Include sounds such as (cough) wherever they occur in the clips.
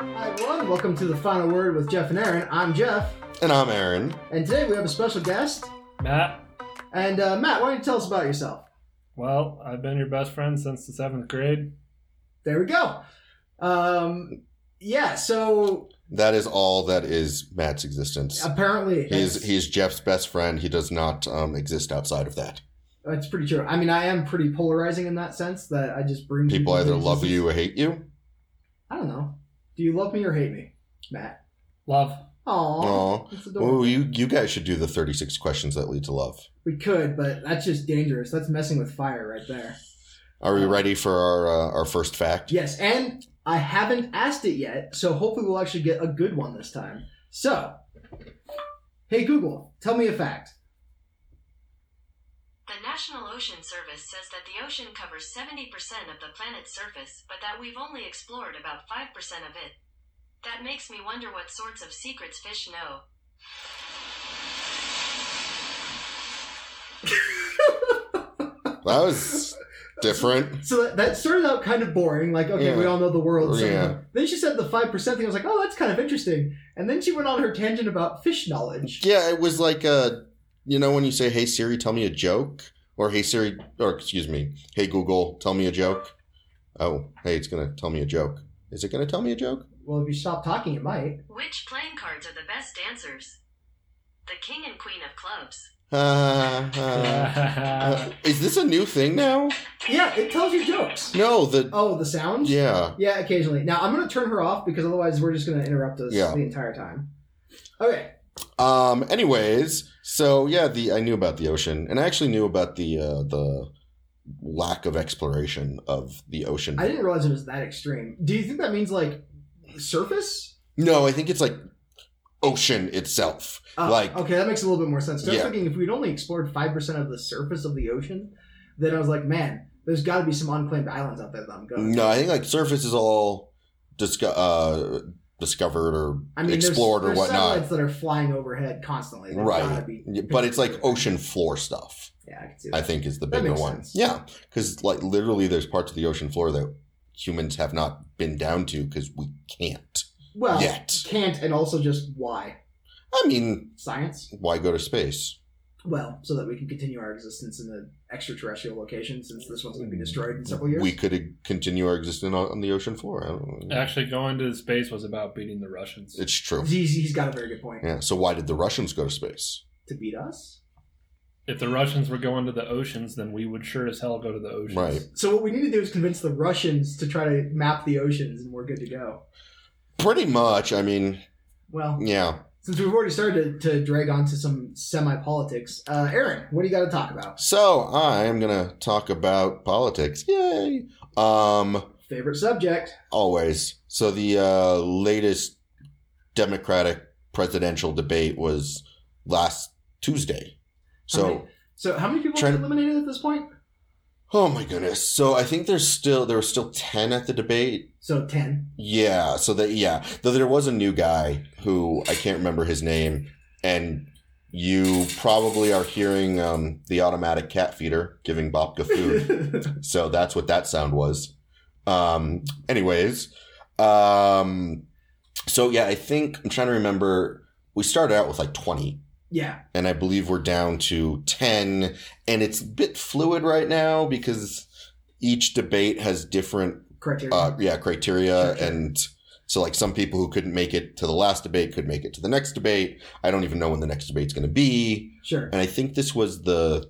everyone. Welcome to the final word with Jeff and Aaron. I'm Jeff, And I'm Aaron. and today we have a special guest. Matt, And uh, Matt, why don't you tell us about yourself? well, I've been your best friend since the seventh grade. There we go. Um, yeah. So That is all that is Matt's existence. apparently, He's that's- he's Jeff's best friend. He does not um, exist outside of that. that's pretty true. I mean, I am pretty polarizing in that sense that I just bring People either into love existence. you or hate you. I don't know. Do you love me or hate me, Matt? (laughs) Love. (laughs) Aw, Oh, that's adorable. Ooh, you you guys should do the 36 questions that lead to love. We could, but that's just dangerous. That's messing with fire right there. Are we ready for our uh, our first fact? Yes, and I haven't asked it yet, so hopefully we'll actually get a good one this time. So, hey Google, tell me a fact. The National Ocean Service says that the ocean covers 70% of the planet's surface, but that we've only explored about 5% of it. That makes me wonder what sorts of secrets fish know. That was different. So that, that started out kind of boring, like okay, we Yeah. all know the world. So Yeah. Then she said the five percent thing. I was like, oh, that's kind of interesting. And then she went on her tangent about fish knowledge. Yeah, it was like uh, you know when you say "Hey Siri, tell me a joke," or "Hey Siri," or excuse me, "Hey Google, tell me a joke." Oh, hey, it's gonna tell me a joke. Is it gonna tell me a joke? Well, if you stop talking, it might. Which playing cards are the best dancers? The King and Queen of Clubs. Uh, (laughs) uh, uh, is this a new thing now? Yeah, it tells you jokes. No, the Oh, the sound. yeah. Yeah, occasionally. Now I'm gonna turn her off because otherwise we're just gonna interrupt us Yeah. the entire time. Okay. Um. Anyways, so yeah, the I knew about the ocean, and I actually knew about the uh, the lack of exploration of the ocean. I didn't realize it was that extreme. Do you think that means like surface? no, I think it's like ocean itself. Oh, Like- okay, that makes a little bit more sense. So I Yeah. was thinking if we'd only explored five percent of the surface of the ocean, then I was like, man, there's got to be some unclaimed islands out there that I'm going. No, I think like surface is all disco- uh, discovered or I mean, explored there's, or there's whatnot. satellites that are flying overhead constantly. There's gotta Right. be- But it's like ocean floor stuff, Yeah, I can see I that. think is the That bigger makes one. sense. Yeah. Because like literally there's parts of the ocean floor that humans have not been down to because we can't. Well, Yet. can't and also just why I mean, science? why go to space? Well, so that we can continue our existence in an extraterrestrial location since this one's going to be destroyed in several years. We could e, continue our existence on, on the ocean floor. I don't know. Actually, going to space was about beating the Russians. It's true. He's, he's got a very good point. Yeah. So why did the Russians go to space? To beat us. If the Russians were going to the oceans, then we would sure as hell go to the oceans. Right. So what we need to do is convince the Russians to try to map the oceans, and we're good to go. Pretty much. I mean, Well, yeah. since we've already started to, to drag on to some semi-politics, uh, Aaron, what do you got to talk about? So I am gonna talk about politics. Yay! Um, Favorite subject? always. So the uh, latest Democratic presidential debate was last Tuesday. How many- So so how many people Trying have to- been eliminated at this point? oh my goodness. So I think there's still there were still ten at the debate. So ten. Yeah. So that yeah. Though there was a new guy who I can't remember his name, and you probably are hearing um, the automatic cat feeder giving Bobka (laughs) food. So that's what that sound was. Um, anyways, um, so yeah, I think I'm trying to remember. We started out with like 20, yeah, and I believe we're down to 10, and it's a bit fluid right now because each debate has different, criteria. uh, yeah, criteria, Sure, sure. and so like some people who couldn't make it to the last debate could make it to the next debate. I don't even know when the next debate's going to be, sure. and I think this was the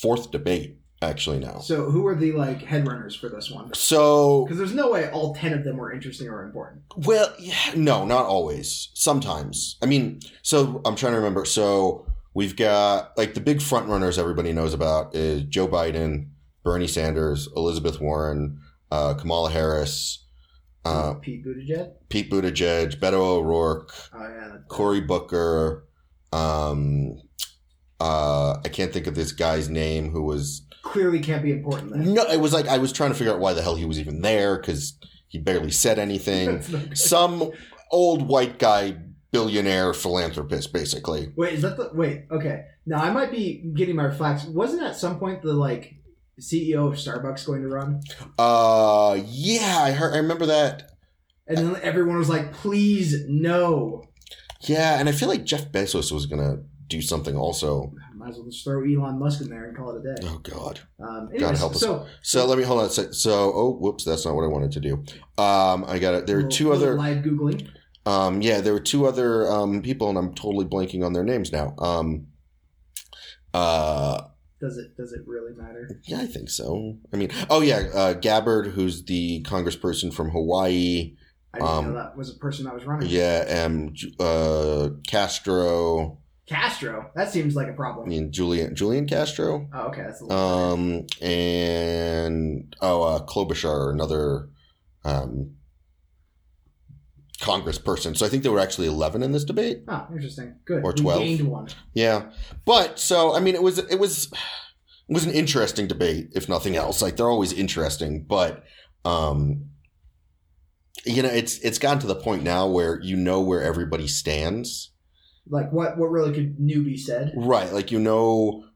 fourth debate actually now. So who are the like headrunners for this one? So Because there's no way all ten of them were interesting or important. Well, yeah, no, not always. Sometimes. I mean, so I'm trying to remember. So we've got like the big front runners everybody knows about is Joe Biden, Bernie Sanders, Elizabeth Warren, uh, Kamala Harris, uh, Pete Buttigieg. Pete Buttigieg, Beto O'Rourke, Oh yeah. Cory Booker. Um, uh, I can't think of this guy's name who was. Clearly can't be important then. No, it was like I was trying to figure out why the hell he was even there because he barely said anything (laughs) That's not good. some old white guy billionaire philanthropist basically Wait, is that the wait? Okay, now I might be getting my facts. Wasn't at some point the like E CEO of Starbucks going to run, uh yeah i heard i remember that And then everyone was like, please, no. Yeah, and I feel like Jeff Bezos was gonna do something also. Might as well just throw Elon Musk in there and call it a day. Oh God. Um, anyways, help us. So, So let me hold on. A sec. So oh, whoops, that's not what I wanted to do. Um, I got it. There were little- two little other. Live Googling. Um, yeah, there were two other um people, and I'm totally blanking on their names now. Um. Uh, Does it, does it really matter? yeah, I think so. I mean, oh yeah, uh, Gabbard, who's the congressperson from Hawaii. I didn't Um, know that was a person that was running. Yeah, um, Ju- uh, Castro. Castro. That seems like a I problem. mean, Julian Julian Castro. Oh, okay. That's a little Um, and oh, uh, Klobuchar, another um, congressperson. So I think there were actually 11 in this debate. Oh, interesting. Good. Or We 12. gained one. Yeah. But so, I mean, it was, it was, it was an interesting debate, if nothing else. Like they're always interesting, but, um, you know, it's, it's gotten to the point now where you know where everybody stands. Like, what, what really could new be said? Right. Like, you know,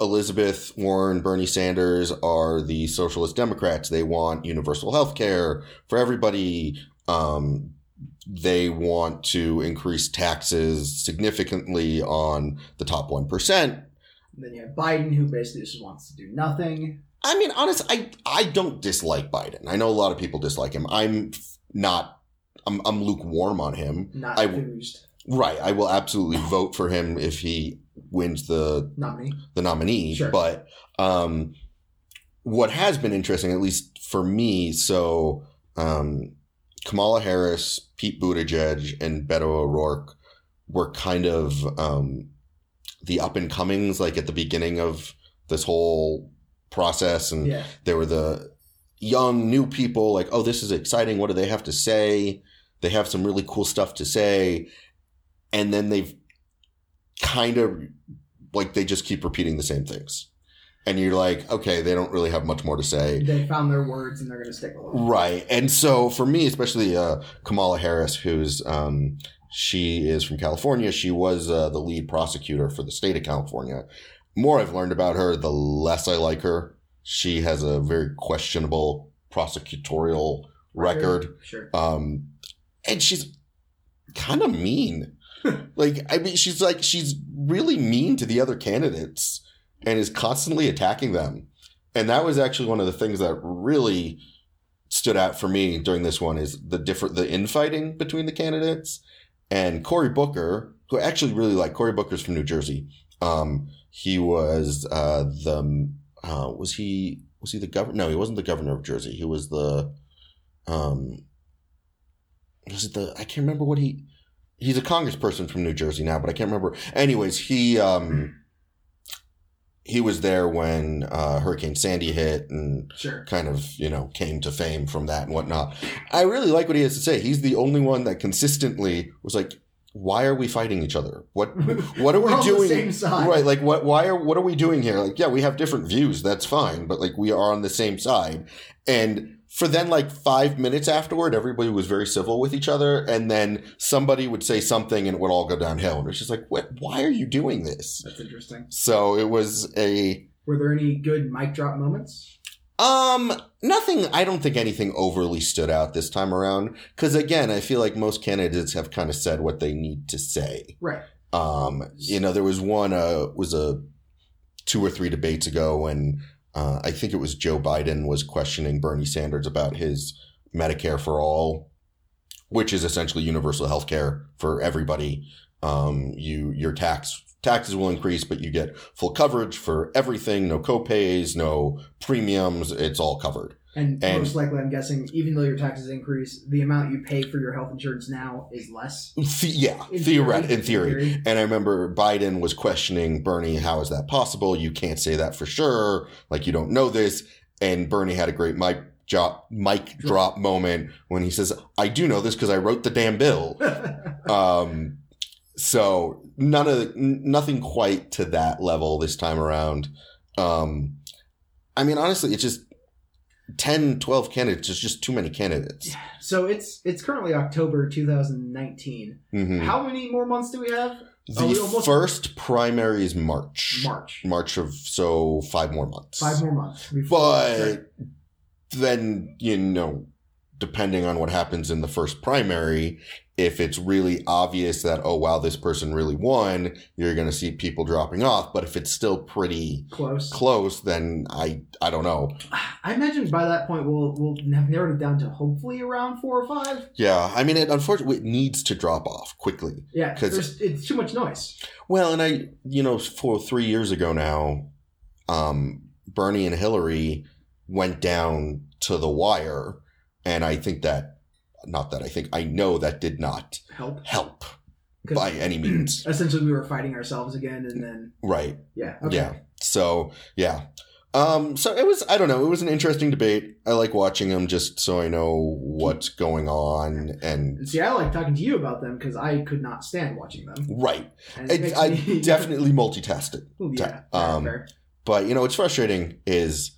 Elizabeth Warren, Bernie Sanders are the socialist Democrats. They want universal health care for everybody. Um, they want to increase taxes significantly on the top 1%. And then you have Biden, who basically just wants to do nothing. I mean, honest, I, I don't dislike Biden. I know a lot of people dislike him. I'm f- not, I'm, I'm lukewarm on him. Not I- enthused. Right. I will absolutely vote for him if he wins the Nominee. the nominee. Sure. But um, what has been interesting, at least for me, so um, Kamala Harris, Pete Buttigieg, and Beto O'Rourke were kind of um, the up and comings, like at the beginning of this whole process, and Yeah. there were the young new people like oh this is exciting what do they have to say they have some really cool stuff to say and then they've kind of like they just keep repeating the same things and you're like okay they don't really have much more to say They found their words and they're going to stick with them. right and so for me especially uh, kamala harris who's um, she is from california she was uh, the lead prosecutor for the state of california more I've learned about her, the less I like her. She has a very questionable prosecutorial record. Sure. Um, and she's kind of mean. like, I mean, she's like, she's really mean to the other candidates and is constantly attacking them. And that was actually one of the things that really stood out for me during this one is the different, the infighting between the candidates and Cory Booker, who I actually really like. Cory Booker's from New Jersey. Um, he was uh, the uh, was he was he the governor? No, he wasn't the governor of Jersey. He was the um, was it the I can't remember what he he's a congressperson from New Jersey now, but I can't remember. Anyways, he um, he was there when uh, Hurricane Sandy hit and Sure. kind of you know came to fame from that and whatnot. I really like what he has to say. He's the only one that consistently was like, "Why are we fighting each other? What what (laughs) are We're we on the doing?" same side. Right, like what? Why are what are we doing here? Like, yeah, we have different views. That's fine, but like we are on the same side. And for then like five minutes afterward, everybody was very civil with each other, and then somebody would say something, and it would all go downhill. And it's just like, what? Why are you doing this? That's interesting. So it was a Were there any good mic drop moments? um, nothing. I don't think anything overly stood out this time around. Because again, I feel like most candidates have kind of said what they need to say. Right. Um, you know, there was one. Uh, was a two or three debates ago when uh, I think it was Joe Biden was questioning Bernie Sanders about his Medicare for all, which is essentially universal health care for everybody. Um, you your tax taxes will increase, but you get full coverage for everything. No copays, no premiums. It's all covered. And, And- most likely, I'm guessing, even though your taxes increase, the amount you pay for your health insurance now is less. The- yeah, In theoret- in theory. And I remember Biden was questioning Bernie, how is that possible? You can't say that for sure. Like, you don't know this. And Bernie had a great mic drop, mic drop moment when he says, I do know this because I wrote the damn bill. Um, so none of the- n- nothing quite to that level this time around. Um, I mean, honestly, it's just 10, 12 candidates. There's just too many candidates. (laughs) so it's it's currently October 2019. Mhm. How many more months do we have? are we The almost- first primary is March. March. March of so five more months. Five more months. before- But then you know, depending on what happens in the first primary, if it's really obvious that, oh, wow, this person really won, you're going to see people dropping off. But if it's still pretty Close. close, then I, I don't know. I imagine by that point we'll we'll have narrowed it down to hopefully around four or five. Yeah. I mean, it unfortunately it needs to drop off quickly. Yeah, 'Cause- there's it's too much noise. Well, and I, you know, for three years ago now, um, Bernie and Hillary went down to the wire. And I think that, not that I think, I know that did not Help. help 'Cause by (clears throat) any means. Essentially, we were fighting ourselves again, and then right. yeah, okay. Yeah. So, yeah. Um, so it was, I don't know, it was an interesting debate. I like watching them just so I know what's going on. And, See, I like talking to you about them because I could not stand watching them. right. And it I, makes I me- (laughs) definitely multitask it. Well, yeah, um, fair. But you know, what's frustrating is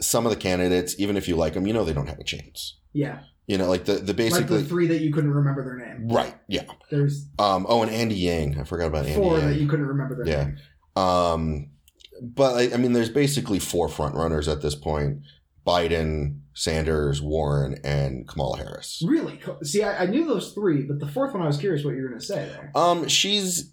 some of the candidates, even if you like them, you know they don't have a chance. yeah. You know, like the the Like the basically three that you couldn't remember their name. right, yeah. There's Um, oh, and Andy Yang, I forgot about Andy four that Yang. you couldn't remember their Yeah. name. um, but I, I mean, there's basically four front runners at this point: Biden, Sanders, Warren, and Kamala Harris. Really? Co- See, I, I knew those three, but the fourth one, I was curious what you were going to say there. Um, she's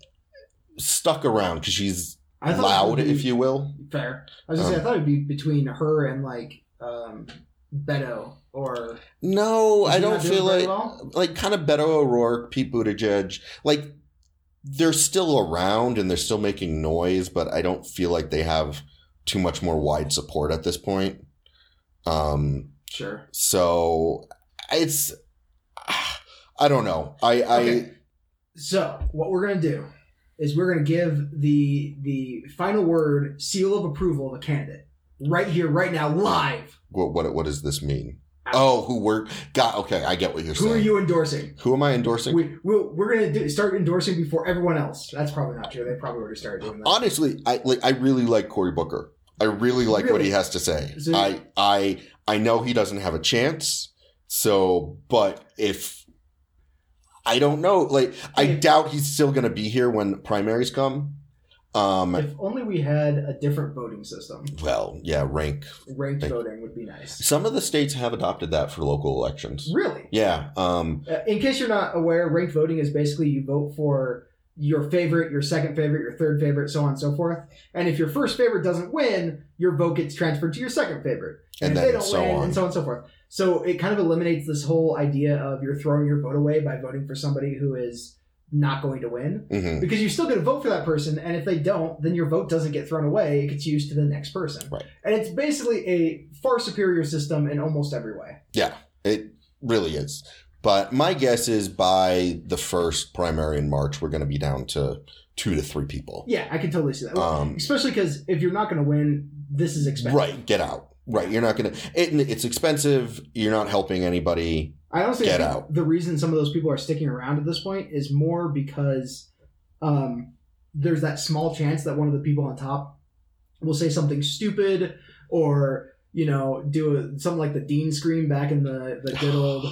stuck around because she's I thought it loud, would be- if you will. fair. I was gonna Um, say I thought it'd be between her and like um, Beto or No, Is I she don't not doing feel very like well? like kind of Beto O'Rourke, Pete Buttigieg, like they're still around and they're still making noise, but I don't feel like they have too much more wide support at this point. Um, sure. so it's (sighs) I don't know. I I Okay. So what we're gonna do is we're gonna give the the final word seal of approval of a candidate right here, right now, live. what what what does this mean? Oh, who were got okay, I get what you're Who saying. are you endorsing? Who am I endorsing? We, we'll, we're gonna do, start endorsing before everyone else. That's probably not true. They probably already started doing that. Honestly, I like I really like Cory Booker. I really like what Really? he has to say. So- I I I know he doesn't have a chance. So, but if I don't know, like I If- doubt he's still going to be here when primaries come. Um If only we had a different voting system. well, yeah, rank. Ranked Thank- voting would be nice. Some of the states have adopted that for local elections. Really? Yeah, um Uh, in case you're not aware, ranked voting is basically you vote for your favorite, your second favorite, your third favorite, so on and so forth. And if your first favorite doesn't win, your vote gets transferred to your second favorite. and if they then don't so win, on. and so on and so forth. So it kind of eliminates this whole idea of you're throwing your vote away by voting for somebody who is not going to win Mhm. because you're still going to vote for that person and if they don't then your vote doesn't get thrown away it gets used to the next person Right. and it's basically a far superior system in almost every way It really is. But my guess is by the first primary in March, we're going to be down to two to three people. yeah i can totally see that Um, especially because if you're not going to win, this is expected. right, get out. Right, you're not going to. It, it's expensive. You're not helping anybody. I honestly Get think out. the reason some of those people are sticking around at this point is more because um, there's that small chance that one of the people on top will say something stupid or you know do a, something like the dean scream back in the the (sighs) good old.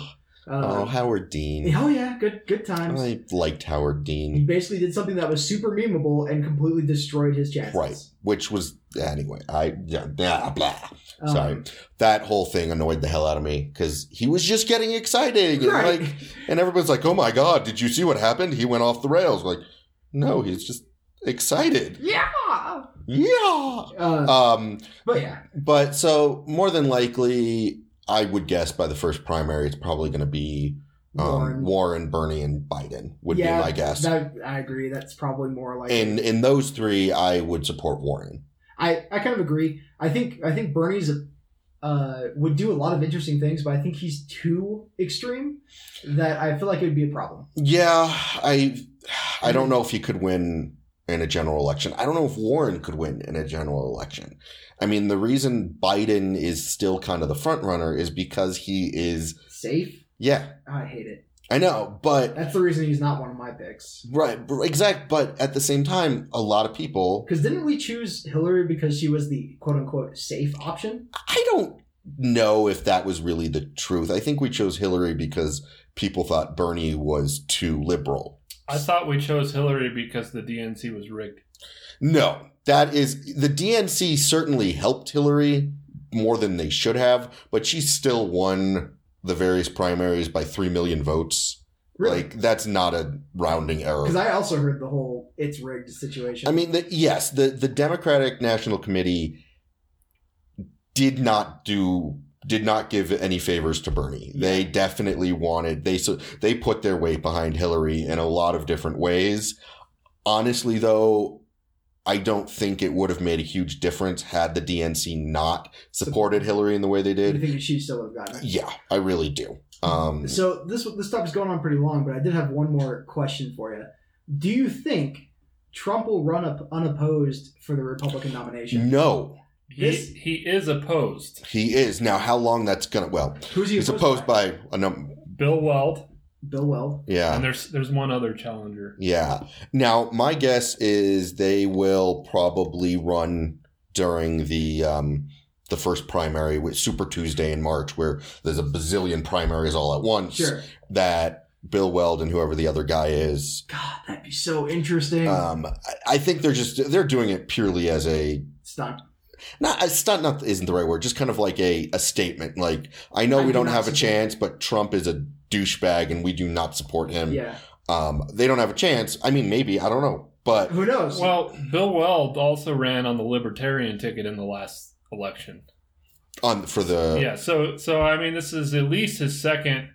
oh, Uh, Howard Dean. oh yeah, good good times. I liked Howard He Dean. basically did something that was super memeable and completely destroyed his chances. Right, which was anyway. I yeah, blah blah. Um, Sorry, that whole thing annoyed the hell out of me because he was just getting excited. and, Right. Like, And everybody's like, "Oh my god, did you see what happened? He went off the rails." Like, no, he's just excited. (laughs) yeah. Yeah. Uh, Um, but yeah, but so more than likely, I would guess by the first primary, it's probably going to be um, Warren. Warren. Bernie, and Biden would Yeah, be my guess. That, I agree. That's probably more like in in those three, I would support Warren. I, I kind of agree. I think I think Bernie's uh, would do a lot of interesting things, but I think he's too extreme that I feel like it would be a problem. Yeah, I I don't know if he could win in a general election. I don't know if Warren could win in a general election. I mean, the reason Biden is still kind of the front runner is because he is Safe? yeah, Oh, I hate it. I know, but That's the reason he's not one of my picks. right, exact, but at the same time, a lot of people Because didn't we choose Hillary because she was the quote unquote safe option? I don't know if that was really the truth. I think we chose Hillary because people thought Bernie was too liberal. I thought we chose Hillary because the DNC was rigged. No, that is the DNC certainly helped Hillary more than they should have, but she still won the various primaries by 3 million votes. Really? Like, that's not a rounding error. Because I also heard the whole it's rigged situation. I mean, the, yes, the, the Democratic National Committee did not do did not give any favors to Bernie. They definitely wanted they so they put their weight behind Hillary in a lot of different ways. Honestly, though, I don't think it would have made a huge difference had the DNC not supported Hillary in the way they Do you did. think she still would have gotten it? Yeah, I really do. Um, So this this topic's going on pretty long, but I did have one more question for you. Do you think Trump will run up unopposed for the Republican nomination? no, He, This- he is opposed. he is now. How long that's gonna? Well, Who's he Mm. he's opposed by a number. Bill Weld, Bill Weld. Yeah, and there's there's one other challenger. Yeah. Now, my guess is they will probably run during the um, the first primary, with Super Tuesday in March, where there's a bazillion primaries all at once. Sure. That Bill Weld and whoever the other guy is, God, Oh, that'd be so interesting. um, I- I think they're just they're doing it purely as a Stunt. not a stunt. Not isn't the right word. Just kind of like a a statement. Like I know I we do don't not have a support- chance, but Trump is a douchebag, and we do not support him. Yeah. Um, they don't have a chance. I mean, maybe I don't know, but Who knows? Well, Bill Weld also ran on the Libertarian ticket in the last election. on for the yeah, so so I mean, this is at least his second.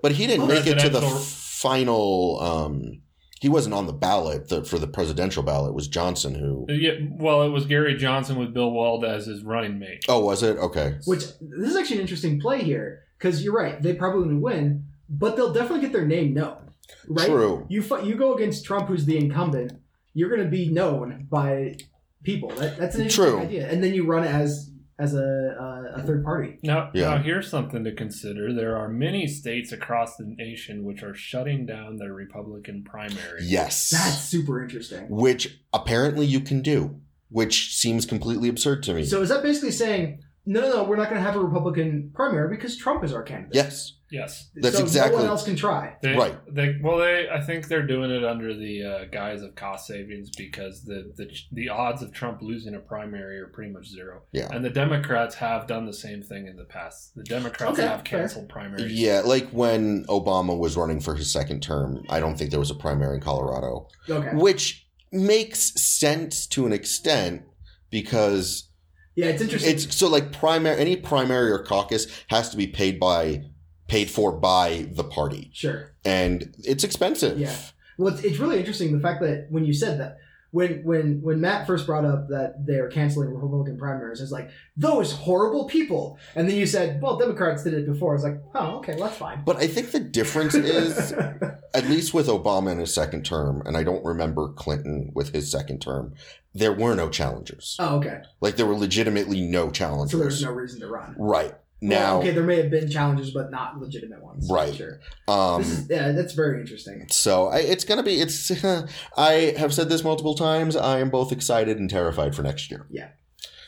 But he didn't make it to the Presidential- final. Um, he wasn't on the ballot the, for the presidential ballot. It was Johnson who? Yeah, well, it was Gary Johnson with Bill Weld as his running mate. Oh, was it? Okay. Which this is actually an interesting play here because you're right. They probably would win, but they'll definitely get their name known, right? True. You fu- you go against Trump, who's the incumbent. You're going to be known by people. That, that's an interesting True. idea. And then you run as as a uh, a third party. Now, Yeah. now here's something to consider: there are many states across the nation which are shutting down their Republican primary. Yes. That's super interesting. which apparently you can do, which seems completely absurd to me. So is that basically saying no, no, no? We're not going to have a Republican primary because Trump is our candidate. yes, Yes, that's so exactly- No one else can try. they, Right. They, well, they I think they're doing it under the uh, guise of cost savings because the, the the odds of Trump losing a primary are pretty much zero. Yeah. And the Democrats have done the same thing in the past. The Democrats Okay, have fair. canceled primaries. yeah. Like when Obama was running for his second term, I don't think there was a primary in Colorado. Okay. which makes sense to an extent because Yeah, it's interesting. it's so like primary any primary or caucus has to be paid by paid for by the party sure. and it's expensive Yeah. Well, it's, it's really interesting the fact that when you said that, when when when Matt first brought up that they are canceling Republican primaries, I was like, those horrible people. And then you said, well, Democrats did it before. I was like, oh, okay, well, that's fine. but i think the difference is (laughs) at least with obama in his second term and i don't remember clinton with his second term there were no challengers oh, okay. like there were legitimately no challengers So there's no reason to run. right Well, now okay, there may have been challenges, but not legitimate ones. Right. Sure. um This is, yeah, that's very interesting. So I, it's gonna be it's. (laughs) I have said this multiple times. I am both excited and terrified for next year.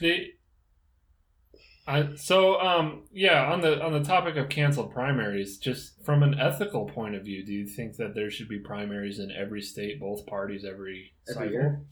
They, I, so um yeah on the on the topic of canceled primaries just from an ethical point of view do you think that there should be primaries in every state both parties every, Every cycle? year?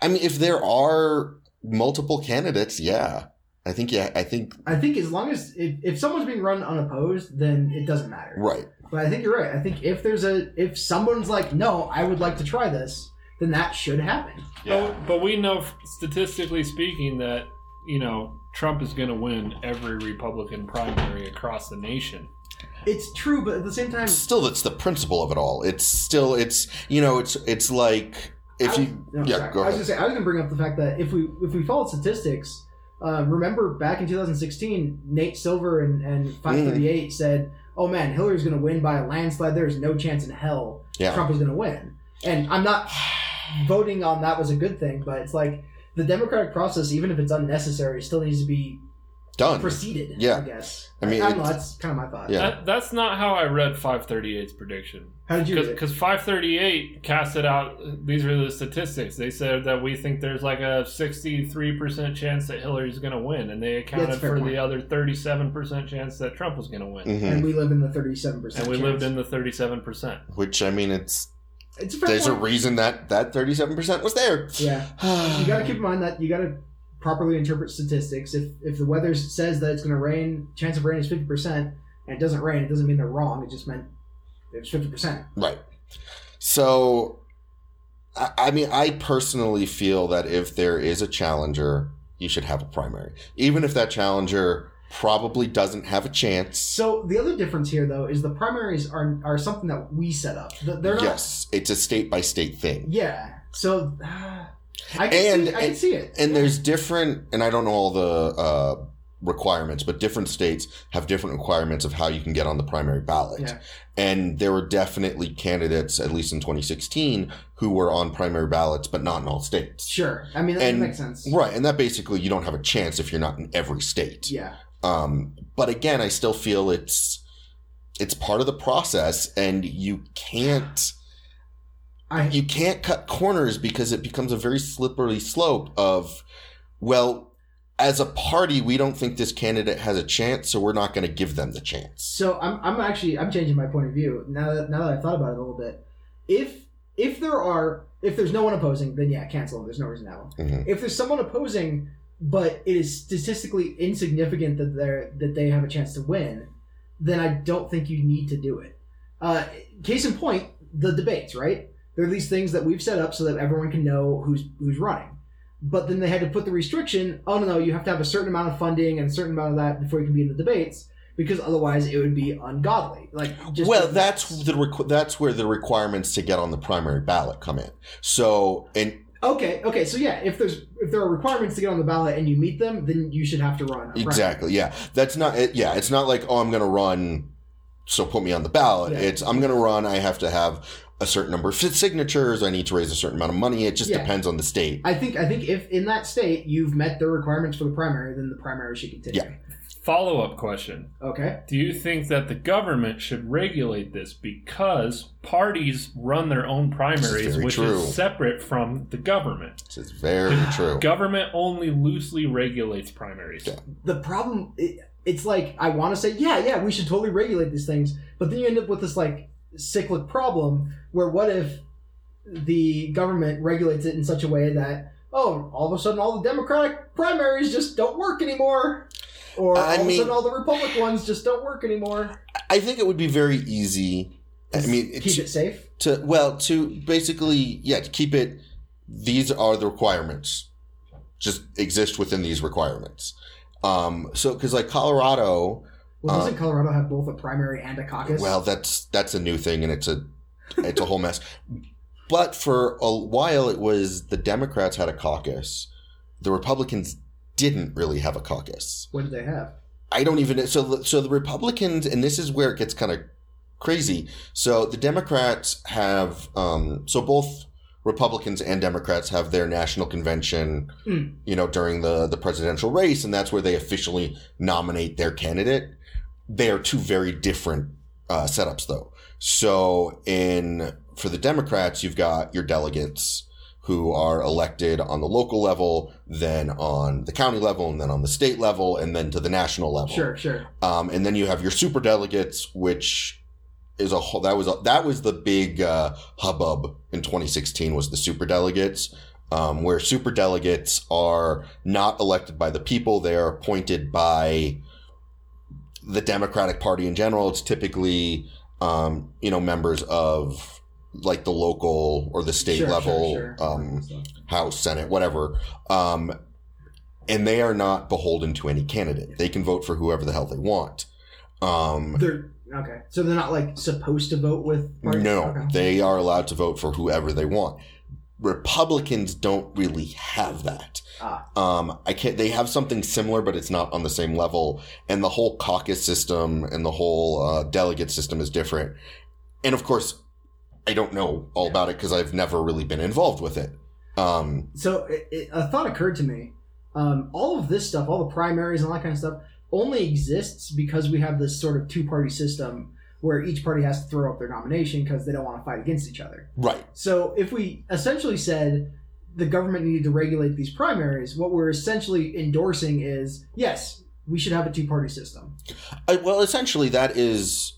I mean, if there are multiple candidates, yeah, I think yeah, I think I think as long as if, if someone's being run unopposed, then it doesn't matter. right. But I think you're right. I think if there's a if someone's like, no, I would like to try this, then that should happen. But, but we know statistically speaking that you know Trump is going to win every Republican primary across the nation. It's true, but at the same time, Still, that's the principle of it all. It's still it's you know it's it's like if I- you no, yeah sorry. go I was ahead gonna say I was gonna bring up the fact that if we if we followed statistics, uh, remember back in 2016, Nate Silver and and Mm. 538 said, "Oh man, Hillary's gonna win by a landslide. There's no chance in hell yeah Trump is gonna win." And I'm not voting on that was a good thing, but it's like the democratic process, even if it's unnecessary, still needs to be done proceeded. Oh, Yeah. I guess. I mean, I don't know, it- that's kind of my thought. Yeah. That, that's not how I read 538's prediction. How did you? read it? Because 538 cast it out. uh, These are the statistics. They said that we think there's like a 63% chance that Hillary's going to win, and they accounted fair for point. the other 37% chance that Trump was going to win. Mhm. And we live in the 37. percent And we lived in the 37%. Which I mean, it's It's a fair there's a point. reason that that thirty seven percent was there. yeah. you got to keep in mind that you got to properly interpret statistics. If if the weather says that it's going to rain, chance of rain is fifty percent, and it doesn't rain, it doesn't mean they're wrong. It just meant it's fifty percent. (sighs) Right. So, I, I mean, I personally feel that if there is a challenger, you should have a primary, even if that challenger probably doesn't have a chance. So the other difference here, though, is the primaries are are something that we set up. Th- They're not. yes, it's a state by state thing. Yeah. So (sighs) uh, I can And- see, I can and- see it. And there's different, and I don't know all the uh, requirements, but different states have different requirements of how you can get on the primary ballot. Yeah. And there were definitely candidates, at least in 2016, who were on primary ballots, but not in all states. Sure. I mean, that And- makes sense. Right, and that basically you don't have a chance if you're not in every state. Yeah. Um, but again, I still feel it's it's part of the process, and you can't I you can't cut corners because it becomes a very slippery slope of well as a party we don't think this candidate has a chance so we're not going to give them the chance So I'm, I'm actually I'm changing my point of view now that now that I thought about it a little bit. If if there are if there's no one opposing, then yeah, cancel. There's no reason to have them. Mhm. If there's someone opposing, but it is statistically insignificant that they're that they have a chance to win, then I don't think you need to do it. Uh, case in point, the debates, right? There are these things that we've set up so that everyone can know who's who's running. But then they had to put the restriction. Oh no, no, you have to have a certain amount of funding and a certain amount of that before you can be in the debates because otherwise it would be ungodly. Like, just well that's the requ- that's where the requirements to get on the primary ballot come in so and okay. Okay, so yeah, if there's if there are requirements to get on the ballot and you meet them, then you should have to run. a primary. exactly yeah that's not it, yeah it's not like oh i'm going to run so put me on the ballot Yeah. it's i'm going to run i have to have a certain number of signatures i need to raise a certain amount of money it just Yeah. depends on the state I think I think if in that state you've met the requirements for the primary, then the primary should continue. Yeah. Follow up question. Okay. Do you think that the government should regulate this because parties run their own primaries, Very which true. is separate from the government? This is very true Government only loosely regulates primaries. Yeah. The problem it, it's like I want to say yeah, yeah, we should totally regulate these things, but then you end up with this like cyclic problem where what if the government regulates it in such a way that oh, all of a sudden all the Democratic primaries just don't work anymore. Or all I of a mean- sudden all the Republican ones just don't work anymore. I think it would be very easy. I mean, keep to, it safe. to well, to basically, yeah, to keep it. These are the requirements. Just exist within these requirements. Um, so, because like Colorado, Well, Uh, doesn't Colorado have both a primary and a caucus? well, that's that's a new thing, and it's a it's a whole mess. But for a while, it was the Democrats had a caucus. The Republicans didn't really have a caucus. what do they have? I don't even so the, so the Republicans and this is where it gets kind of crazy. So the Democrats have um, so both Republicans and Democrats have their national convention, Mm. you know, during the the presidential race, and that's where they officially nominate their candidate. They are two very different uh, setups, though. So in for the Democrats, you've got your delegates who are elected on the local level, then on the county level, and then on the state level, and then to the national level. Sure, sure. Um, and then you have your super delegates, which is a whole that was a, that was the big uh, hubbub in 2016 was the super delegates, um, where super delegates are not elected by the people; they are appointed by the Democratic Party in general. It's typically um, you know members of like the local or the state Sure, level sure, sure. Um, House, Senate, whatever. Um, and they are not beholden to any candidate. They can vote for whoever the hell they want. Um, They're okay. So they're not like supposed to vote with. parties? no, Okay. they are allowed to vote for whoever they want. Republicans don't really have that. Ah. Um, I can't. They have something similar, but it's not on the same level. And the whole caucus system and the whole uh, delegate system is different. And of course, I don't know all about it because I've never really been involved with it. Um, So it, it, a thought occurred to me. Um, all of this stuff, all the primaries and all that kind of stuff, only exists because we have this sort of two-party system where each party has to throw up their nomination because they don't want to fight against each other. right. So if we essentially said the government needed to regulate these primaries, what we're essentially endorsing is yes, we should have a two-party system. I, well, essentially, that is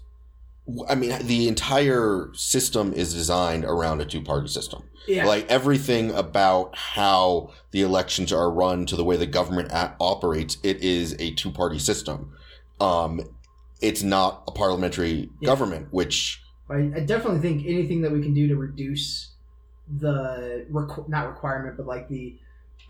I mean, the entire system is designed around a two party system. Yeah. Like everything about how the elections are run to the way the government a- operates, it is a two party system. Um, it's not a parliamentary Yeah. government, which I, I definitely think anything that we can do to reduce the requ- not requirement, but like the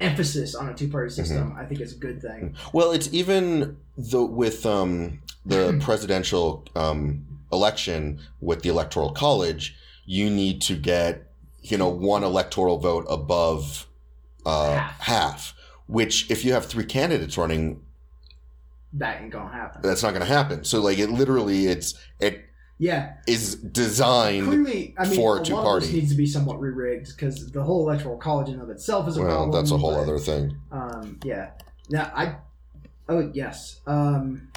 emphasis on a two party system, I think is a good thing. Well, it's even the with um, (clears throat) the presidential um, election with the electoral college, you need to get you know one electoral vote above uh, Half. half. which if you have three candidates running, That ain't gonna happen. that's not going to happen. So like it literally, it's it yeah, is designed. clearly, I mean, for a lot a of this two-party. needs to be somewhat re-rigged because the whole electoral college in and of itself is a Well, problem. that's a whole but, other thing. Um, yeah. Now I. Oh yes. Um,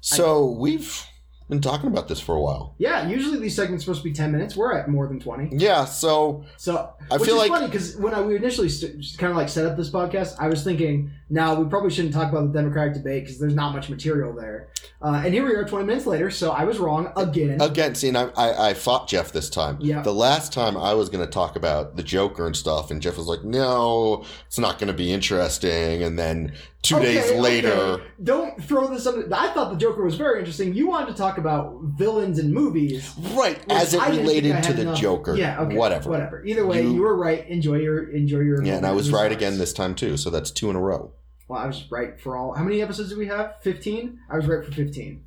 So we've been talking about this for a while. yeah. Usually these segments are supposed to be ten minutes. We're at more than twenty. Yeah. So So I Which feel is like funny because when I, we initially kind of like set up this podcast, I was thinking, now we probably shouldn't talk about the Democratic debate because there's not much material there. Uh, and here we are, 20 minutes later. So I was wrong again. Again, see, and I, I, I fought Jeff this time. Yeah. The last time I was going to talk about the Joker and stuff, and Jeff was like, no, it's not going to be interesting. And then two Okay, days okay. later, Don't throw this under. I thought the Joker was very interesting. You wanted to talk about villains in movies. right, which as it I didn't think I related to had the enough- Joker. Yeah. Okay. Whatever. Whatever. Either way, you, You- were right. Enjoy your enjoy your. Yeah, and I was your right thoughts. again this time, too. So that's two in a row Well, I was right for all. How many episodes do we have? 15. I was right for 15.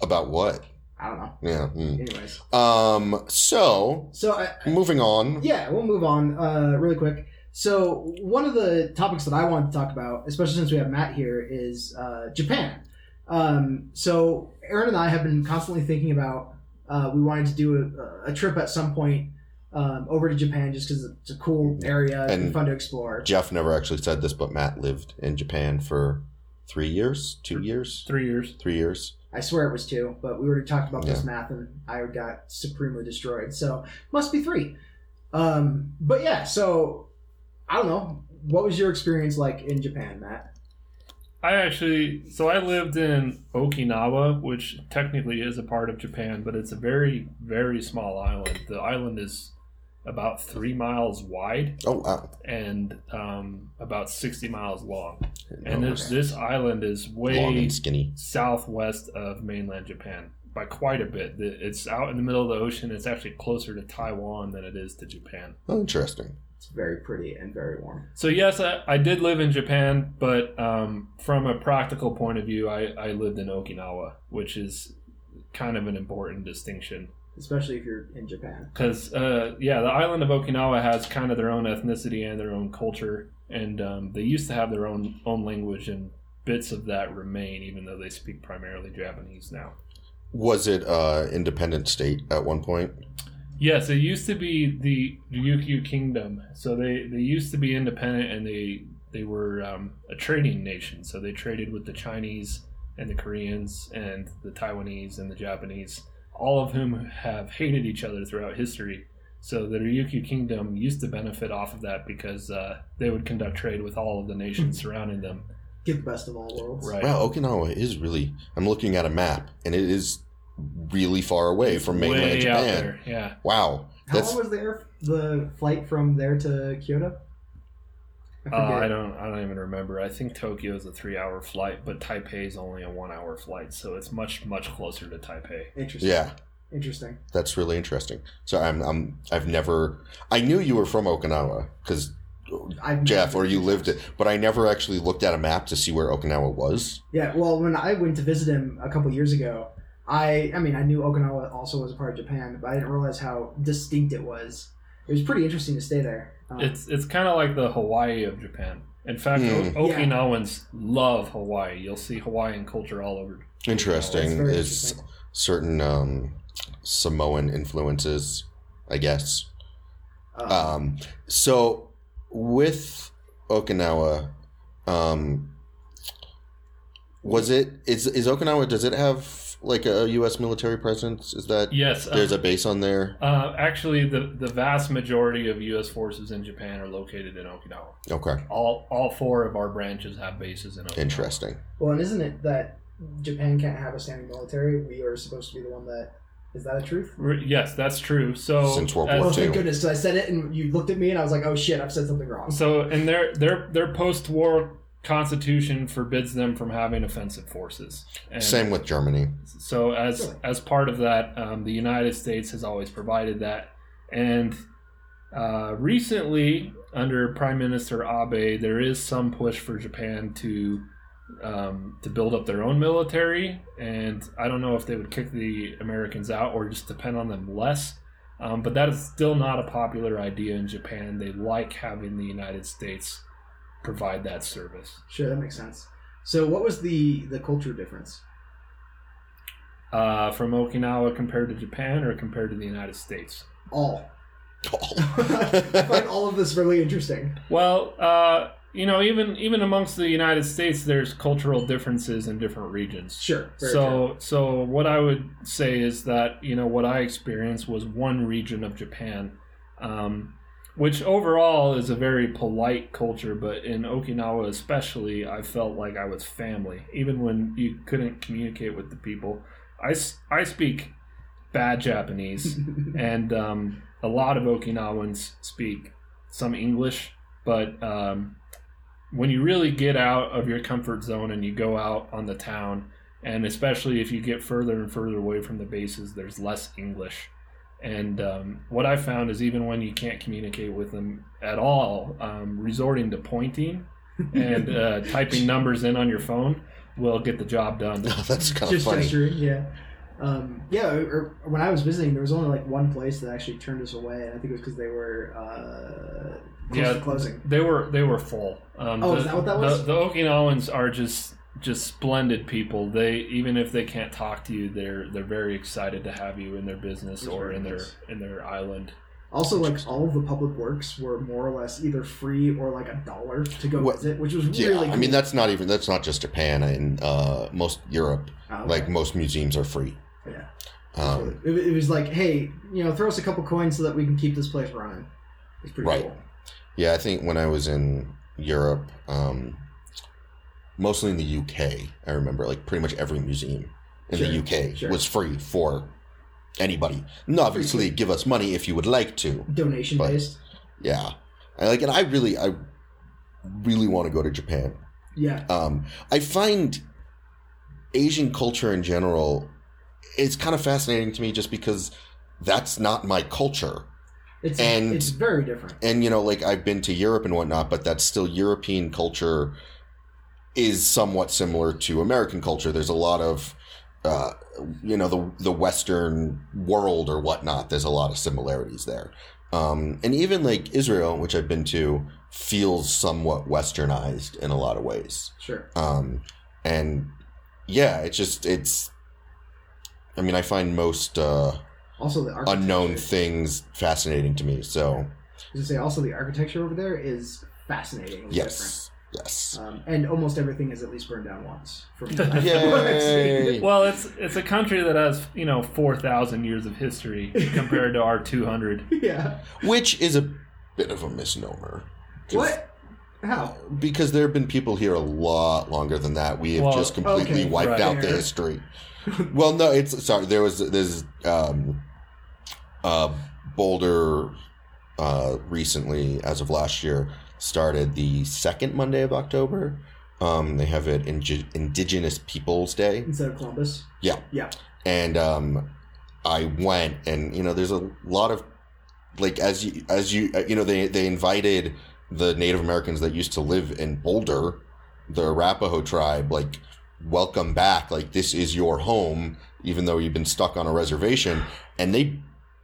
about what? I don't know. Yeah. mm. Anyways, Um. So so I, moving on. Yeah, we'll move on uh, really quick. So one of the topics that I wanted to talk about, especially since we have Matt here, is uh, Japan. Um, so Aaron and I have been constantly thinking about uh, we wanted to do a, a trip at some point um, over to Japan just because it's a cool area and And- fun to explore. Jeff never actually said this, but Matt lived in Japan for three years, two years, Three years. three years. I swear it was two, but we already talked about this math, and I got supremely destroyed. So must be three. Um, but yeah, so I don't know. What was your experience like in Japan, Matt? I actually, so I lived in Okinawa, which technically is a part of Japan, but it's a very, very small island. The island is about three miles wide Oh, wow. and um, about 60 miles long. Oh, And this, okay. this island is long way and skinny. southwest of mainland Japan by quite a bit. The- It's out in the middle of the ocean. It's actually closer to Taiwan than it is to Japan. Oh, interesting. It's very pretty and very warm. So yes, I, I did live in Japan, but um, from a practical point of view, I, I lived in Okinawa, which is kind of an important distinction Especially if you're in Japan. because uh, yeah, the island of Okinawa has kind of their own ethnicity and their own culture, and um, they used to have their own own language, and bits of that remain, even though they speak primarily Japanese now. Was it uh independent state at one point? Yes, it used to be the Ryukyu Kingdom. So they, they used to be independent and they they were um, a trading nation. So they traded with the Chinese and the Koreans and the Taiwanese and the Japanese, all of whom have hated each other throughout history. So the Ryukyu Kingdom used to benefit off of that because uh, they would conduct trade with all of the nations surrounding them. Get the best of all worlds. Right. Wow, Okinawa is really. I'm looking at a map, and it is really far away from mainland Way out Japan. there, Yeah. Wow, How that's long was the air, the flight from there to Kyoto? I Uh, forget. I don't. I don't even remember. I think Tokyo is a three-hour flight, but Taipei is only a one-hour flight, so it's much much closer to Taipei. Interesting. yeah, Interesting. that's really interesting. So I'm, I'm I've never. I knew you were from Okinawa because I've Jeff or you lived it, but I never actually looked at a map to see where Okinawa was. Yeah, well, when I went to visit him a couple years ago, I I mean, I knew Okinawa also was a part of Japan, but I didn't realize how distinct it was. It was pretty interesting to stay there. Um, It's it's kind of like the Hawaii of Japan. In fact, O- Hmm. Yeah. Okinawans love Hawaii. Youll see Hawaiian culture all over. it's Interesting very is certain um, Samoan influences, I guess. Um, Um, so with Okinawa, um, was it is is Okinawa? Does it have like a U.S. military presence? Is that Yes, uh, there's a base on there? uh, actually the the vast majority of U.S. forces in Japan are located in Okinawa. Okay, All all four of our branches have bases in Okinawa. interesting. well, and isn't it that Japan can't have a standing military? We are supposed to be the one that Is that a truth? Re- yes, that's true. So Since World as- War Oh, Or two. thank goodness. So I said it and you looked at me and I was like, oh shit, I've said something wrong. So, and their their their post-war constitution forbids them from having offensive forces. And Same with (laughs) Germany. (laughs) So, as Really? as part of that, um, the United States has always provided that, and uh, recently under Prime Minister Abe, there is some push for Japan to. Um, to build up their own military, and I don't know if they would kick the Americans out or just depend on them less. Um, but that is still not a popular idea in Japan. They like having the United States provide that service. Sure, that makes sense. So what was the the culture difference? Uh, from Okinawa compared to Japan or compared to the United States? All. (laughs) I find all of this really interesting. Well, uh, you know, even even amongst the United States, there's cultural differences in different regions. Sure. very so so what I would say is that you know what I experienced was one region of Japan, um, which overall is a very polite culture, but in Okinawa especially, I felt like I was family, even when you couldn't communicate with the people. I s- I speak bad Japanese true. and um, a lot of Okinawans speak some English, but um, when you really get out of your comfort zone and you go out on the town, and especially if you get further and further away from the bases, there's less English. And um, what I found is even when you can't communicate with them at all, um, resorting to pointing and (laughs) uh, typing numbers in on your phone will get the job done. No, that's kind of just funny. gesturing, yeah. Um, yeah, or, or when I was visiting, there was only like one place that actually turned us away, and I think it was because they were uh, close Yeah. to closing. They were they were full. Um, Oh, the, is that what that was? The, the Okinawans are just just splendid people. They even if they can't talk to you, they're they're very excited to have you in their business That's or very in their nice. in their island. Also, like all of the public works were more or less either free or like a dollar to go What- visit, which was Yeah, really. I mean cool. that's not even that's not just Japan and uh, most Europe. Oh, okay. Like most museums are free. Yeah. Um, it, it was like, hey, you know, throw us a couple coins so that we can keep this place running. It's pretty Right. cool. yeah, I think when I was in Europe, um, mostly in the UK, I remember like pretty much every museum in Sure, the UK sure. was free for anybody. And obviously, give us money if you would like to. Donation But- based. Yeah, I like, and I really, I really want to go to Japan. Yeah. um, I find Asian culture in general is kind of fascinating to me just because that's not my culture. It's And- it's very different. And, you know, like I've been to Europe and whatnot, but that's still European culture is somewhat similar to American culture. There's a lot of, uh, you know, the, the Western world or whatnot, there's a lot of similarities there. Um, and even like Israel, which I've been to, feels somewhat westernized in a lot of ways Sure. um and yeah it's just it's i mean i find most uh Also, the architecture. unknown things fascinating to me so I was gonna say also the architecture over there is fascinating. and yes yes different. Um, and almost everything is at least burned down once. From (laughs) what I've seen. Yay. Well, it's it's a country that has you know four thousand years (laughs) of history compared to our two hundred. yeah. which is a bit of a misnomer 'Cause- What? How? because there have been people here a lot longer than that we have Well, just completely okay, wiped right. out the Fair. history well no it's sorry there was there's um uh boulder uh recently as of last year started the second monday of october um they have it Inge- indigenous peoples day Instead of Columbus? and um i went and you know there's a lot of like as you as you uh, you know they they invited the native americans that used to live in boulder the arapaho tribe like welcome back like this is your home even though you've been stuck on a reservation and they've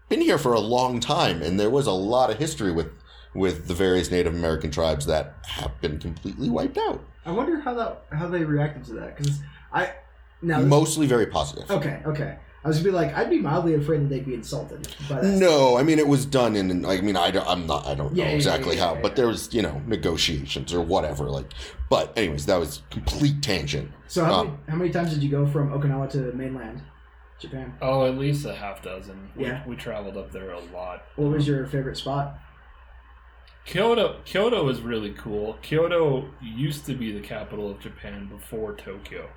been here for a long time and there was a lot of history with with the various native american tribes that have been completely wiped out I wonder how that how they reacted to that because I now this- mostly very positive okay okay I was gonna be like I'd be mildly afraid that they'd be insulted by that. No, I mean it was done in. I mean, I don't, I'm not. I don't Yeah, know yeah, exactly yeah, yeah, how, yeah, but yeah. there was you know negotiations or whatever. Like, but anyways, that was complete tangent. So how, Uh, many, how many times did you go from Okinawa to mainland Japan? Oh, at least a half dozen. We, Yeah. we traveled up there a lot. What was your favorite spot? Kyoto Kyoto is really cool. Kyoto used to be the capital of Japan before Tokyo.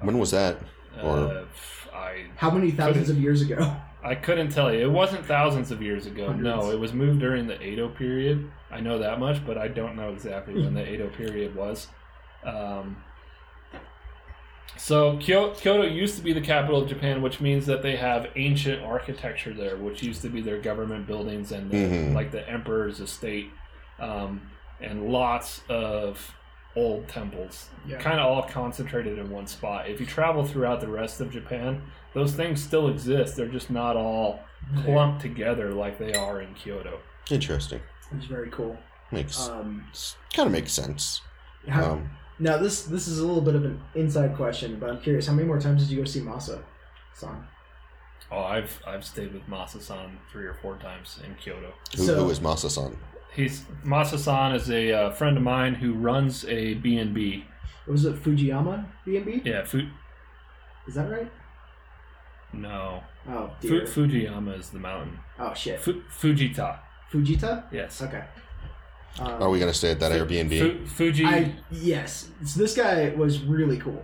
When was that? Uh, I How many thousands of years ago? I couldn't tell you. It wasn't thousands of years ago. No, Hundreds. it was moved during the Edo period. I know that much, but I don't know exactly when the Edo period was. Um, so Kyoto, Kyoto used to be the capital of Japan, which means that they have ancient architecture there, which used to be their government buildings and the, Mhm. like the emperor's estate, um, and lots of old temples Yeah. kind of all concentrated in one spot. If you travel throughout the rest of Japan, those things still exist. They're just not all clumped together like they are in Kyoto. Interesting. It's very cool. Makes Um, kind of makes sense. how, um, now this this is a little bit of an inside question, but I'm curious. How many more times did you go see Masa? San. Oh, I've I've stayed with Masa-san three or four times in Kyoto. who, So- who is Masa-san? He's Masa-san is a uh, friend of mine who runs a B&B. Was it Fujiyama B and B? Yeah, Fu- Is that right? no. Oh Fu- dear. Fujiyama is the mountain. oh shit. Fu- Fujita. Fujita. Yes. Okay. Um, Are we gonna stay at that Fu- Airbnb? Fu- Fuji I yes. So this guy was really cool.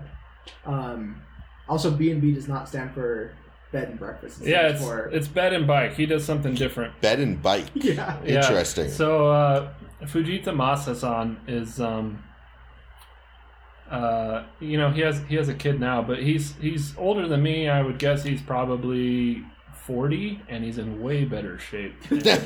Um, also, B and B does not stand for bed and breakfast. It Yeah, stands it's for it's bed and bike. He does something different. Bed and bike. (laughs) yeah. Yeah. Interesting. (laughs) So uh, Fujita Masa-san is, um, uh, you know, he has he has a kid now, but he's he's older than me. I would guess he's probably forty, and he's in way better shape. This-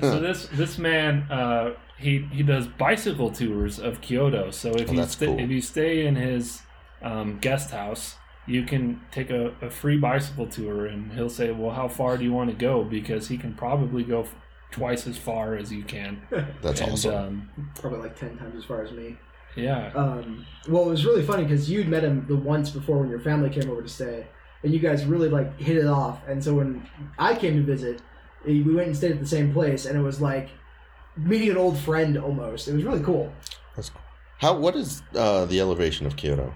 so this this man, uh, he he does bicycle tours of Kyoto. So if Oh, you that's sta- cool. if you stay in his um, guest house. You can take a, a free bicycle tour, and he'll say, "Well, how far do you want to go?" Because he can probably go f- twice as far as you can. That's And, uh, awesome. Um, Probably like ten times as far as me. yeah. Um, well, it was really funny because you'd met him the once before when your family came over to stay, and you guys really like hit it off. And so when I came to visit, we went and stayed at the same place, and it was like meeting an old friend almost. It was really cool. That's cool. How? What is uh, the elevation of Kyoto?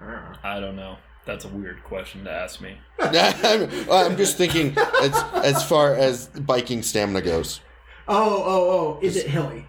(laughs) I don't know. That's a weird question to ask me. I'm, I'm just thinking as as far as biking stamina goes. Oh, oh, oh! Is it hilly?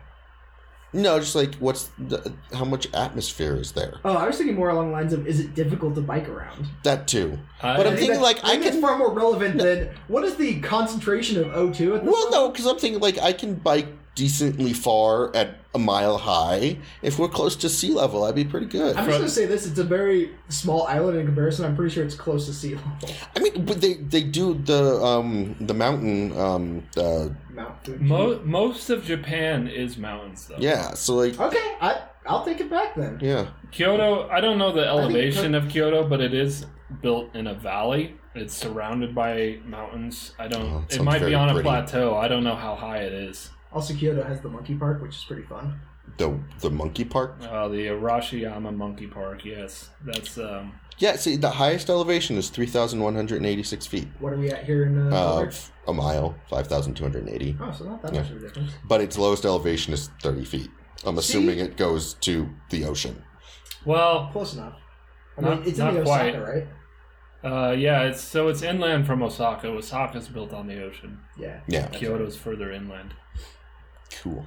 No, just like what's the, how much atmosphere is there? Oh, I was thinking more along the lines of is it difficult to bike around? That too. I, But I'm think thinking that- like I think it's can. far more relevant than what is the concentration of O2 at this Well, no, because I'm thinking like I can bike decently far at a mile high. If we're close to sea level, I'd be pretty good. I'm just gonna say this: it's a very small island in comparison. I'm pretty sure it's close to sea level. I mean, but they they do the um the mountain um uh, Mount Fuji. mo- most of Japan is mountains, though. yeah. So like okay, I I'll take it back then. yeah, Kyoto, I don't know the think- elevation of Kyoto, but it is built in a valley. It's surrounded by mountains. I don't. Oh, that it sounds might very be on pretty. a plateau. I don't know how high it is. Also, Kyoto has the monkey park, which is pretty fun. the the monkey park. Uh, the Arashiyama Monkey Park. Yes, that's um. Yeah, see, the highest elevation is three thousand one hundred eighty six feet. What are we at here in uh, Uh, Boulder? a mile, five thousand two hundred eighty. Oh, so not that yeah. much of a difference. But its lowest elevation is thirty feet. I'm assuming See? it goes to the ocean. Well, Close enough. I mean, Not- it's in the not Osaka, quite. right? uh, yeah. It's so it's inland from Osaka. Osaka's built on the ocean. Yeah. Yeah, Kyoto's further inland. cool.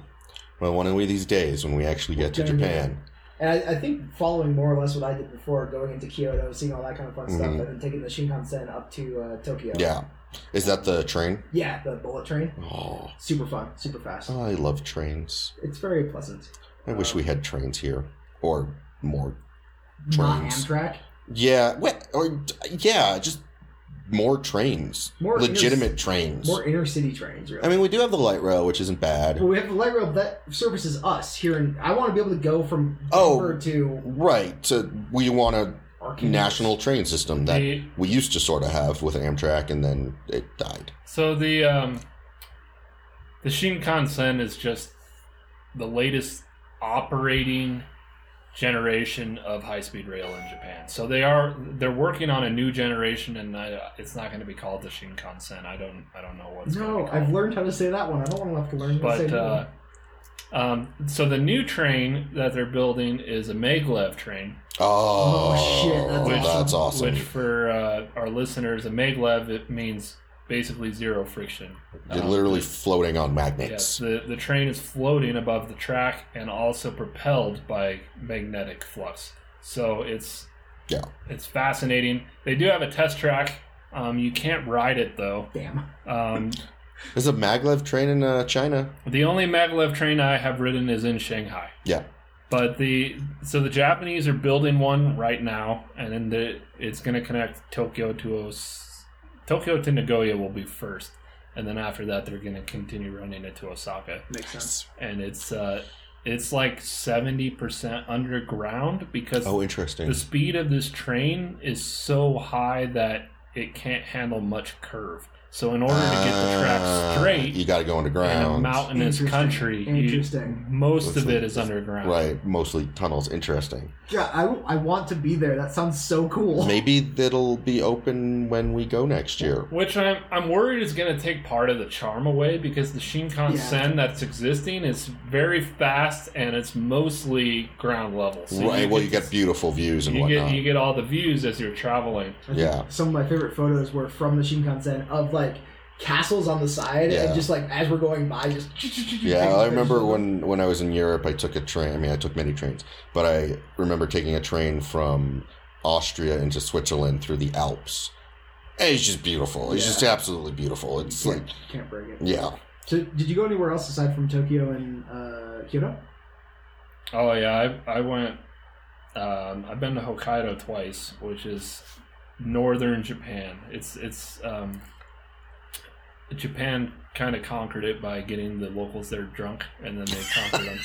Well, one of these days when we actually get to Yeah, Japan, And I, I think following more or less what I did before, going into Kyoto, seeing all that kind of fun stuff, and Mhm. then taking the Shinkansen up to uh, Tokyo. yeah, is that the train? Yeah, the bullet train. Oh, Super fun, super fast. I love trains. It's very pleasant. I wish we had trains here or more Not Trains. Amtrak. Yeah, wha- or yeah, just more trains, More legitimate inter- trains. More inner city trains, really. I mean, we do have the light rail, which isn't bad, well, we have the light rail that services us here, and I want to be able to go from Oh. Denver to right? So we want a Arkansas. national train system that The- we used to sort of have with Amtrak, and then it died. So the um, the Shinkansen is just the latest operating generation of high-speed rail in Japan. So they are they're working on a new generation, and I, it's not going to be called the Shinkansen. I don't I don't know what's going to No, be called. I've learned how to say that one. I don't want to have to learn how to say But that uh, one. um, so the new train that they're building is a maglev train, Oh, Oh, shit, that's well, awesome. that's awesome. which for uh, our listeners, a maglev it means basically zero friction. You're Um, literally floating on Yes, magnets. the, the train is floating above the track and also propelled by magnetic flux. So it's Yeah. It's fascinating. They do have a test track. Um, you can't ride it though. Damn. Um, There's a maglev train in uh, China. the only maglev train I have ridden is in Shanghai. Yeah. But the so the Japanese are building one right now, and then the, it's going to connect Tokyo to Os- Tokyo to Nagoya will be first, and then after that they're going to continue running it to Osaka. Makes sense. and it's uh it's like 70% underground because Oh, interesting. the speed of this train is so high that it can't handle much curve so in order to get the Ah, track straight you got to go in a underground. mountainous Interesting. country you- Interesting. most of Mostly- it is underground Right, mostly tunnels. Interesting. Yeah, I, I want to be there. That sounds so cool. Maybe that'll be open when we go next year. which I'm, I'm worried is going to take part of the charm away because the Shinkansen that's existing is very fast and it's mostly ground level. So right. well, you get get beautiful views and you whatnot. get you get all the views as you're traveling. I think Yeah. Some of my favorite photos were from the Shinkansen of like castles on the side Yeah. and just like as we're going by, just yeah, (laughs) I remember when when I was in Europe, I took a train. I mean, I took many trains, but I remember taking a train from Austria into Switzerland through the Alps. And it's just beautiful. It's Yeah. just absolutely beautiful. oh, It's like, can't, can't break it. yeah, So, did you go anywhere else aside from Tokyo and uh, Kyoto? Oh yeah, I I went. Um, I've been to Hokkaido twice, which is northern Japan. It's it's um, Japan kind of conquered it by getting the locals there drunk, and then they conquered them.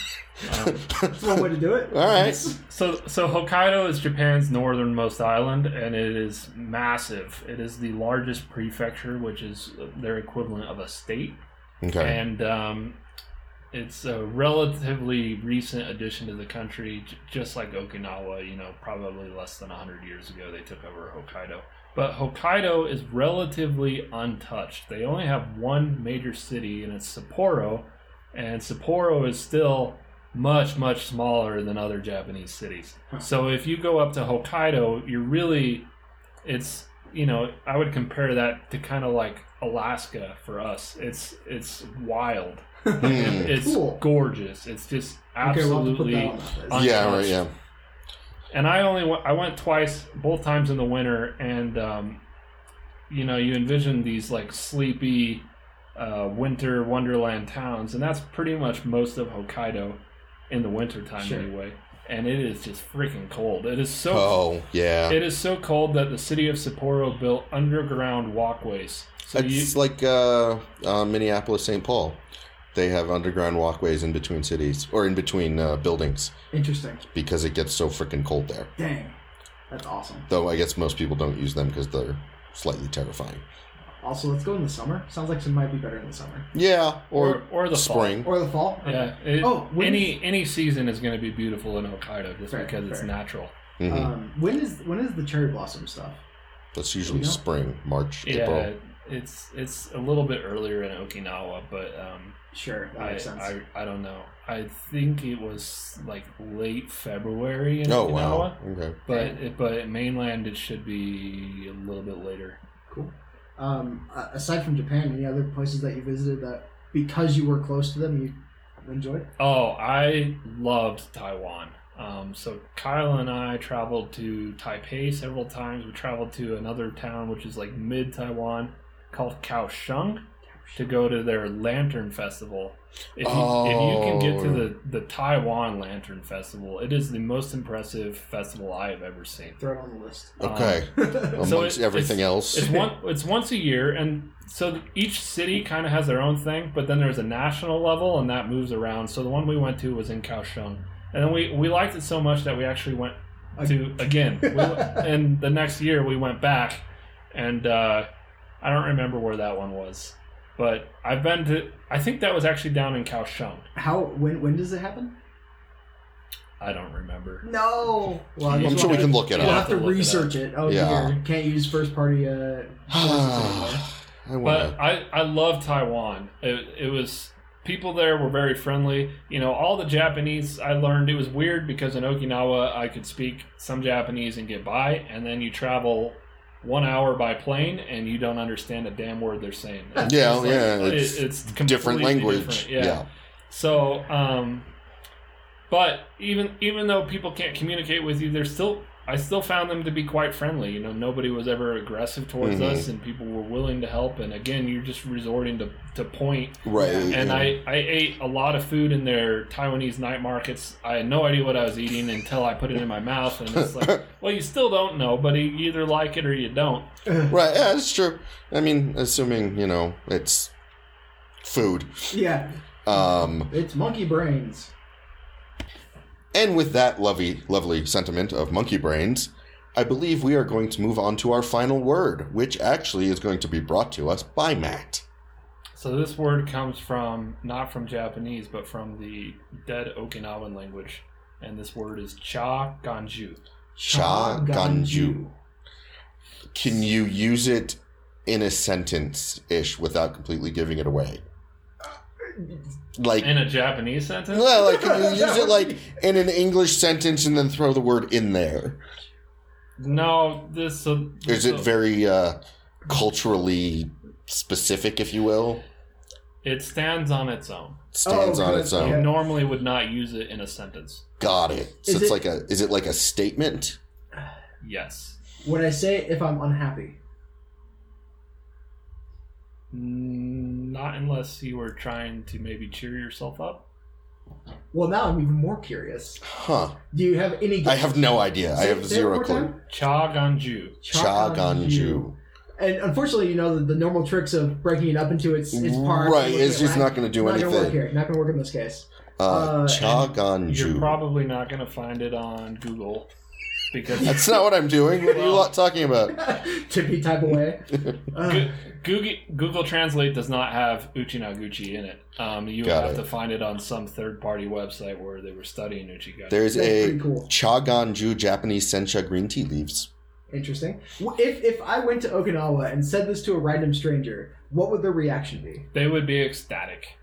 Um, That's one way to do it. (laughs) All right. so so Hokkaido is Japan's northernmost island, and it is massive. It is the largest prefecture, which is their equivalent of a state. okay. and um, it's a relatively recent addition to the country, j- just like Okinawa. You know, probably less than hundred years ago they took over Hokkaido. But Hokkaido is relatively untouched. They only have one major city, and it's Sapporo, and Sapporo is still much much smaller than other Japanese cities. Huh. So if you go up to Hokkaido, you're really it's you know i would compare that to kind of like alaska for us it's it's wild Hmm. it's Cool. gorgeous it's just Okay, we'll have to put absolutely that on that list. un- yeah, right, yeah. and i only went, i went twice both times in the winter and um you know you envision these like sleepy uh, winter wonderland towns and that's pretty much most of hokkaido in the wintertime Sure. anyway and it is just freaking cold it is so Oh, yeah. it is so cold that the city of Sapporo built underground walkways. So you, it's like uh, uh, Minneapolis, St. Paul. They have underground walkways in between cities or in between uh, buildings Interesting. because it gets so freaking cold there. Dang, that's awesome. Though I guess most people don't use them because they're slightly terrifying. Also, let's go in the summer. Sounds like some might be better in the summer Yeah, or, or or the fall. spring. or the fall. Yeah. it- Oh, when any any season is going to be beautiful in Hokkaido just Fair, because it's fair. natural. Mhm. Um, when is when is the cherry blossom stuff? That's usually you know? spring, March, Yeah. April. It's it's a little bit earlier in Okinawa, but um, Sure, that I, makes sense. I I don't know. I think it was like late February in Oh Okinawa, wow. Okay. but it, but in mainland it should be a little bit later. Cool. Um, a- aside from Japan, any other places that you visited that because you were close to them you enjoyed? Oh, I loved Taiwan. Um, so Kyle and I traveled to Taipei several times. We traveled to another town which is like mid Taiwan called Kaohsiung to go to their lantern festival. If you, if you can get to Oh. the, the Taiwan Lantern Festival, it is the most impressive festival I have ever seen. Throw it on the list. Um, Okay. (laughs) it- Amongst everything else. (laughs) It's one. It's once a year, and so each city kind of has their own thing. But then there's a national level, and that moves around. So the one we went to was in Kaohsiung, and then we we liked it so much that we actually went to again. We, and the next year we went back, and uh, I don't remember where that one was, but I've been to. I think that was actually down in Kaohsiung. How? When? When does it happen? I don't remember. No. Well, I You guess I'm sure we we'll have can look to- it We'll up. have to We'll have to look it research it. Oh Yeah. dear. Can't use first party. (sighs) Uh, sources anymore. I wanna But I, I love Taiwan. It, it was people there were very friendly. You know, all the Japanese I learned it was weird because in Okinawa I could speak some Japanese and get by, and then you travel one hour by plane and you don't understand a damn word they're saying. It's Yeah, just like- yeah, it- it's it's, different completely language. different, Yeah. so, um, but even even though people can't communicate with you, they're still I still found them to be quite friendly. You know, nobody was ever aggressive towards Mhm. us, and people were willing to help. And again, you're just resorting to to point. Right. And yeah. I I ate a lot of food in their Taiwanese night markets. I had no idea what I was eating until I put it in my mouth, and it's like, well, you still don't know, but you either like it or you don't. Right. Yeah, that's true. I mean, assuming you know it's food. yeah, Um, it's monkey brains. and with that lovely, lovely sentiment of monkey brains, I believe we are going to move on to our final word, which actually is going to be brought to us by Matt. So this word comes from not from Japanese, but from the dead Okinawan language, and this word is cha ganju. Sha ganju. Can you use it in a sentence ish without completely giving it away? Like, In a Japanese sentence, well, (laughs) like can you use it like in an English sentence and then throw the word in there? no, this so, Is Oh. so- it very uh, culturally specific, if you will? It stands on its own. Stands Oh, on good. its You own. Yeah. normally would not use it in a sentence. Got it. So Is it's it- like a is it like a statement? Yes. Would I say if I'm unhappy? Mm, Not unless you were trying to maybe cheer yourself up. Well, now I'm even more curious. Huh. Do you have any? I have no idea. I Say- have say it one zero more clue. time. Cha ganju. Cha ganju. And unfortunately, you know the, the normal tricks of breaking it up into its its parts. Right, and looking at it's just that, not going to do not Gonna work anything. here. Not gonna work in this case. (laughs) Uh, Uh, Cha You're (laughs) ganju. probably not going to find it on Google because That's not what I'm doing. What are you Well- lot talking about? Tippy type (laughs) away. Uh, Goo- Google, Google Translate does not have Uchinaguchi in it. Um, you would Got have it. to find it on some third-party website where they were studying Uchiga. There's that's a pretty cool. Cha ganju Japanese sencha green tea leaves. Interesting. W- If if I went to Okinawa and said this to a random stranger, what would their reaction be? (laughs) They would be ecstatic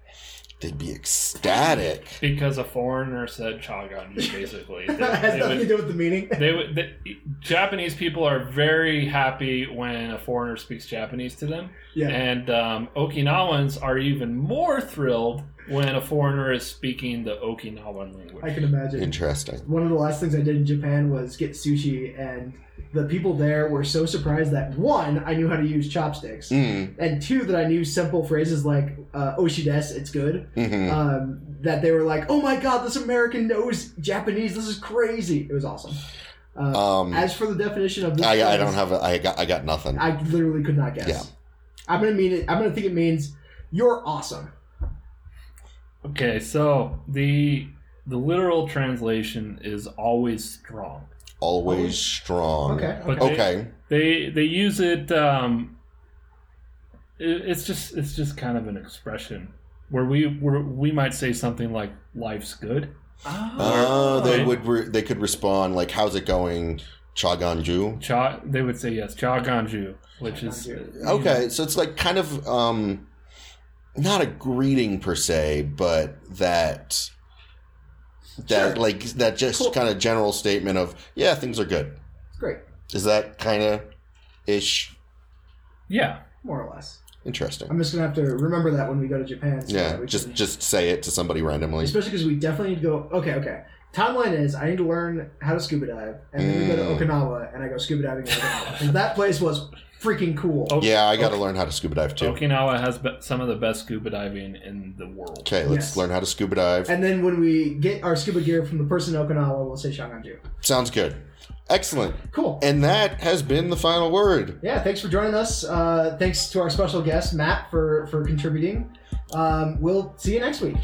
They'd be ecstatic. because a foreigner (laughs) said Chagan, basically. They- It has they nothing to would- do with the meaning. (laughs) they would the, Japanese people are very happy when a foreigner speaks Japanese to them, Yeah. and um, Okinawans are even more thrilled when a foreigner is speaking the Okinawan I language. can imagine. Interesting. One of the last things I did in Japan was get sushi, and the people there were so surprised that one, I knew how to use chopsticks, Mm, and two, that I knew simple phrases like uh, "oshides," it's good. hmm Um, that they were like, "Oh my god, this American knows Japanese. This is crazy." It was awesome. Uh, Um, I, as for the definition of this, I phrase, don't have. A, I got. I got nothing. I literally could not guess. Yeah. I'm gonna mean it. I'm gonna think it means you're awesome. Okay, so the the literal translation is always strong, Always strong. Okay. but they- Okay. they they use it um it, it's just it's just kind of an expression where we where we might say something like life's good Ah. Oh, they Okay. would. Re- they could respond like, "How's it going, Cha Ganju?" cha they would say yes cha ganju which is uh, you know, Okay, so it's like kind of um, not a greeting per se, but that Sure. that like that just Cool. kind of general statement of yeah, things are good. It's great, Is that kind of ish yeah more or less. interesting? I'm just gonna have to remember that when we go to Japan. so that yeah, we just can- just say it to somebody randomly. especially because we definitely need to go. Okay, okay. Timeline is I need to learn how to scuba dive, and then we go to Mm. Okinawa, and I go scuba diving in Okinawa. 'Cause that place was freaking cool. Oh, Yeah, I got to learn how to scuba dive too. Okay, okinawa has be- some of the best scuba diving in the world let's Yes. learn how to scuba dive. And then when we get our scuba gear from the person in Okinawa, we'll say Shanganju. Sounds good. Excellent. Cool. And that has been the final word. Yeah, thanks for joining us. Uh, thanks to our special guest Matt for for contributing. Um, we'll see you next week.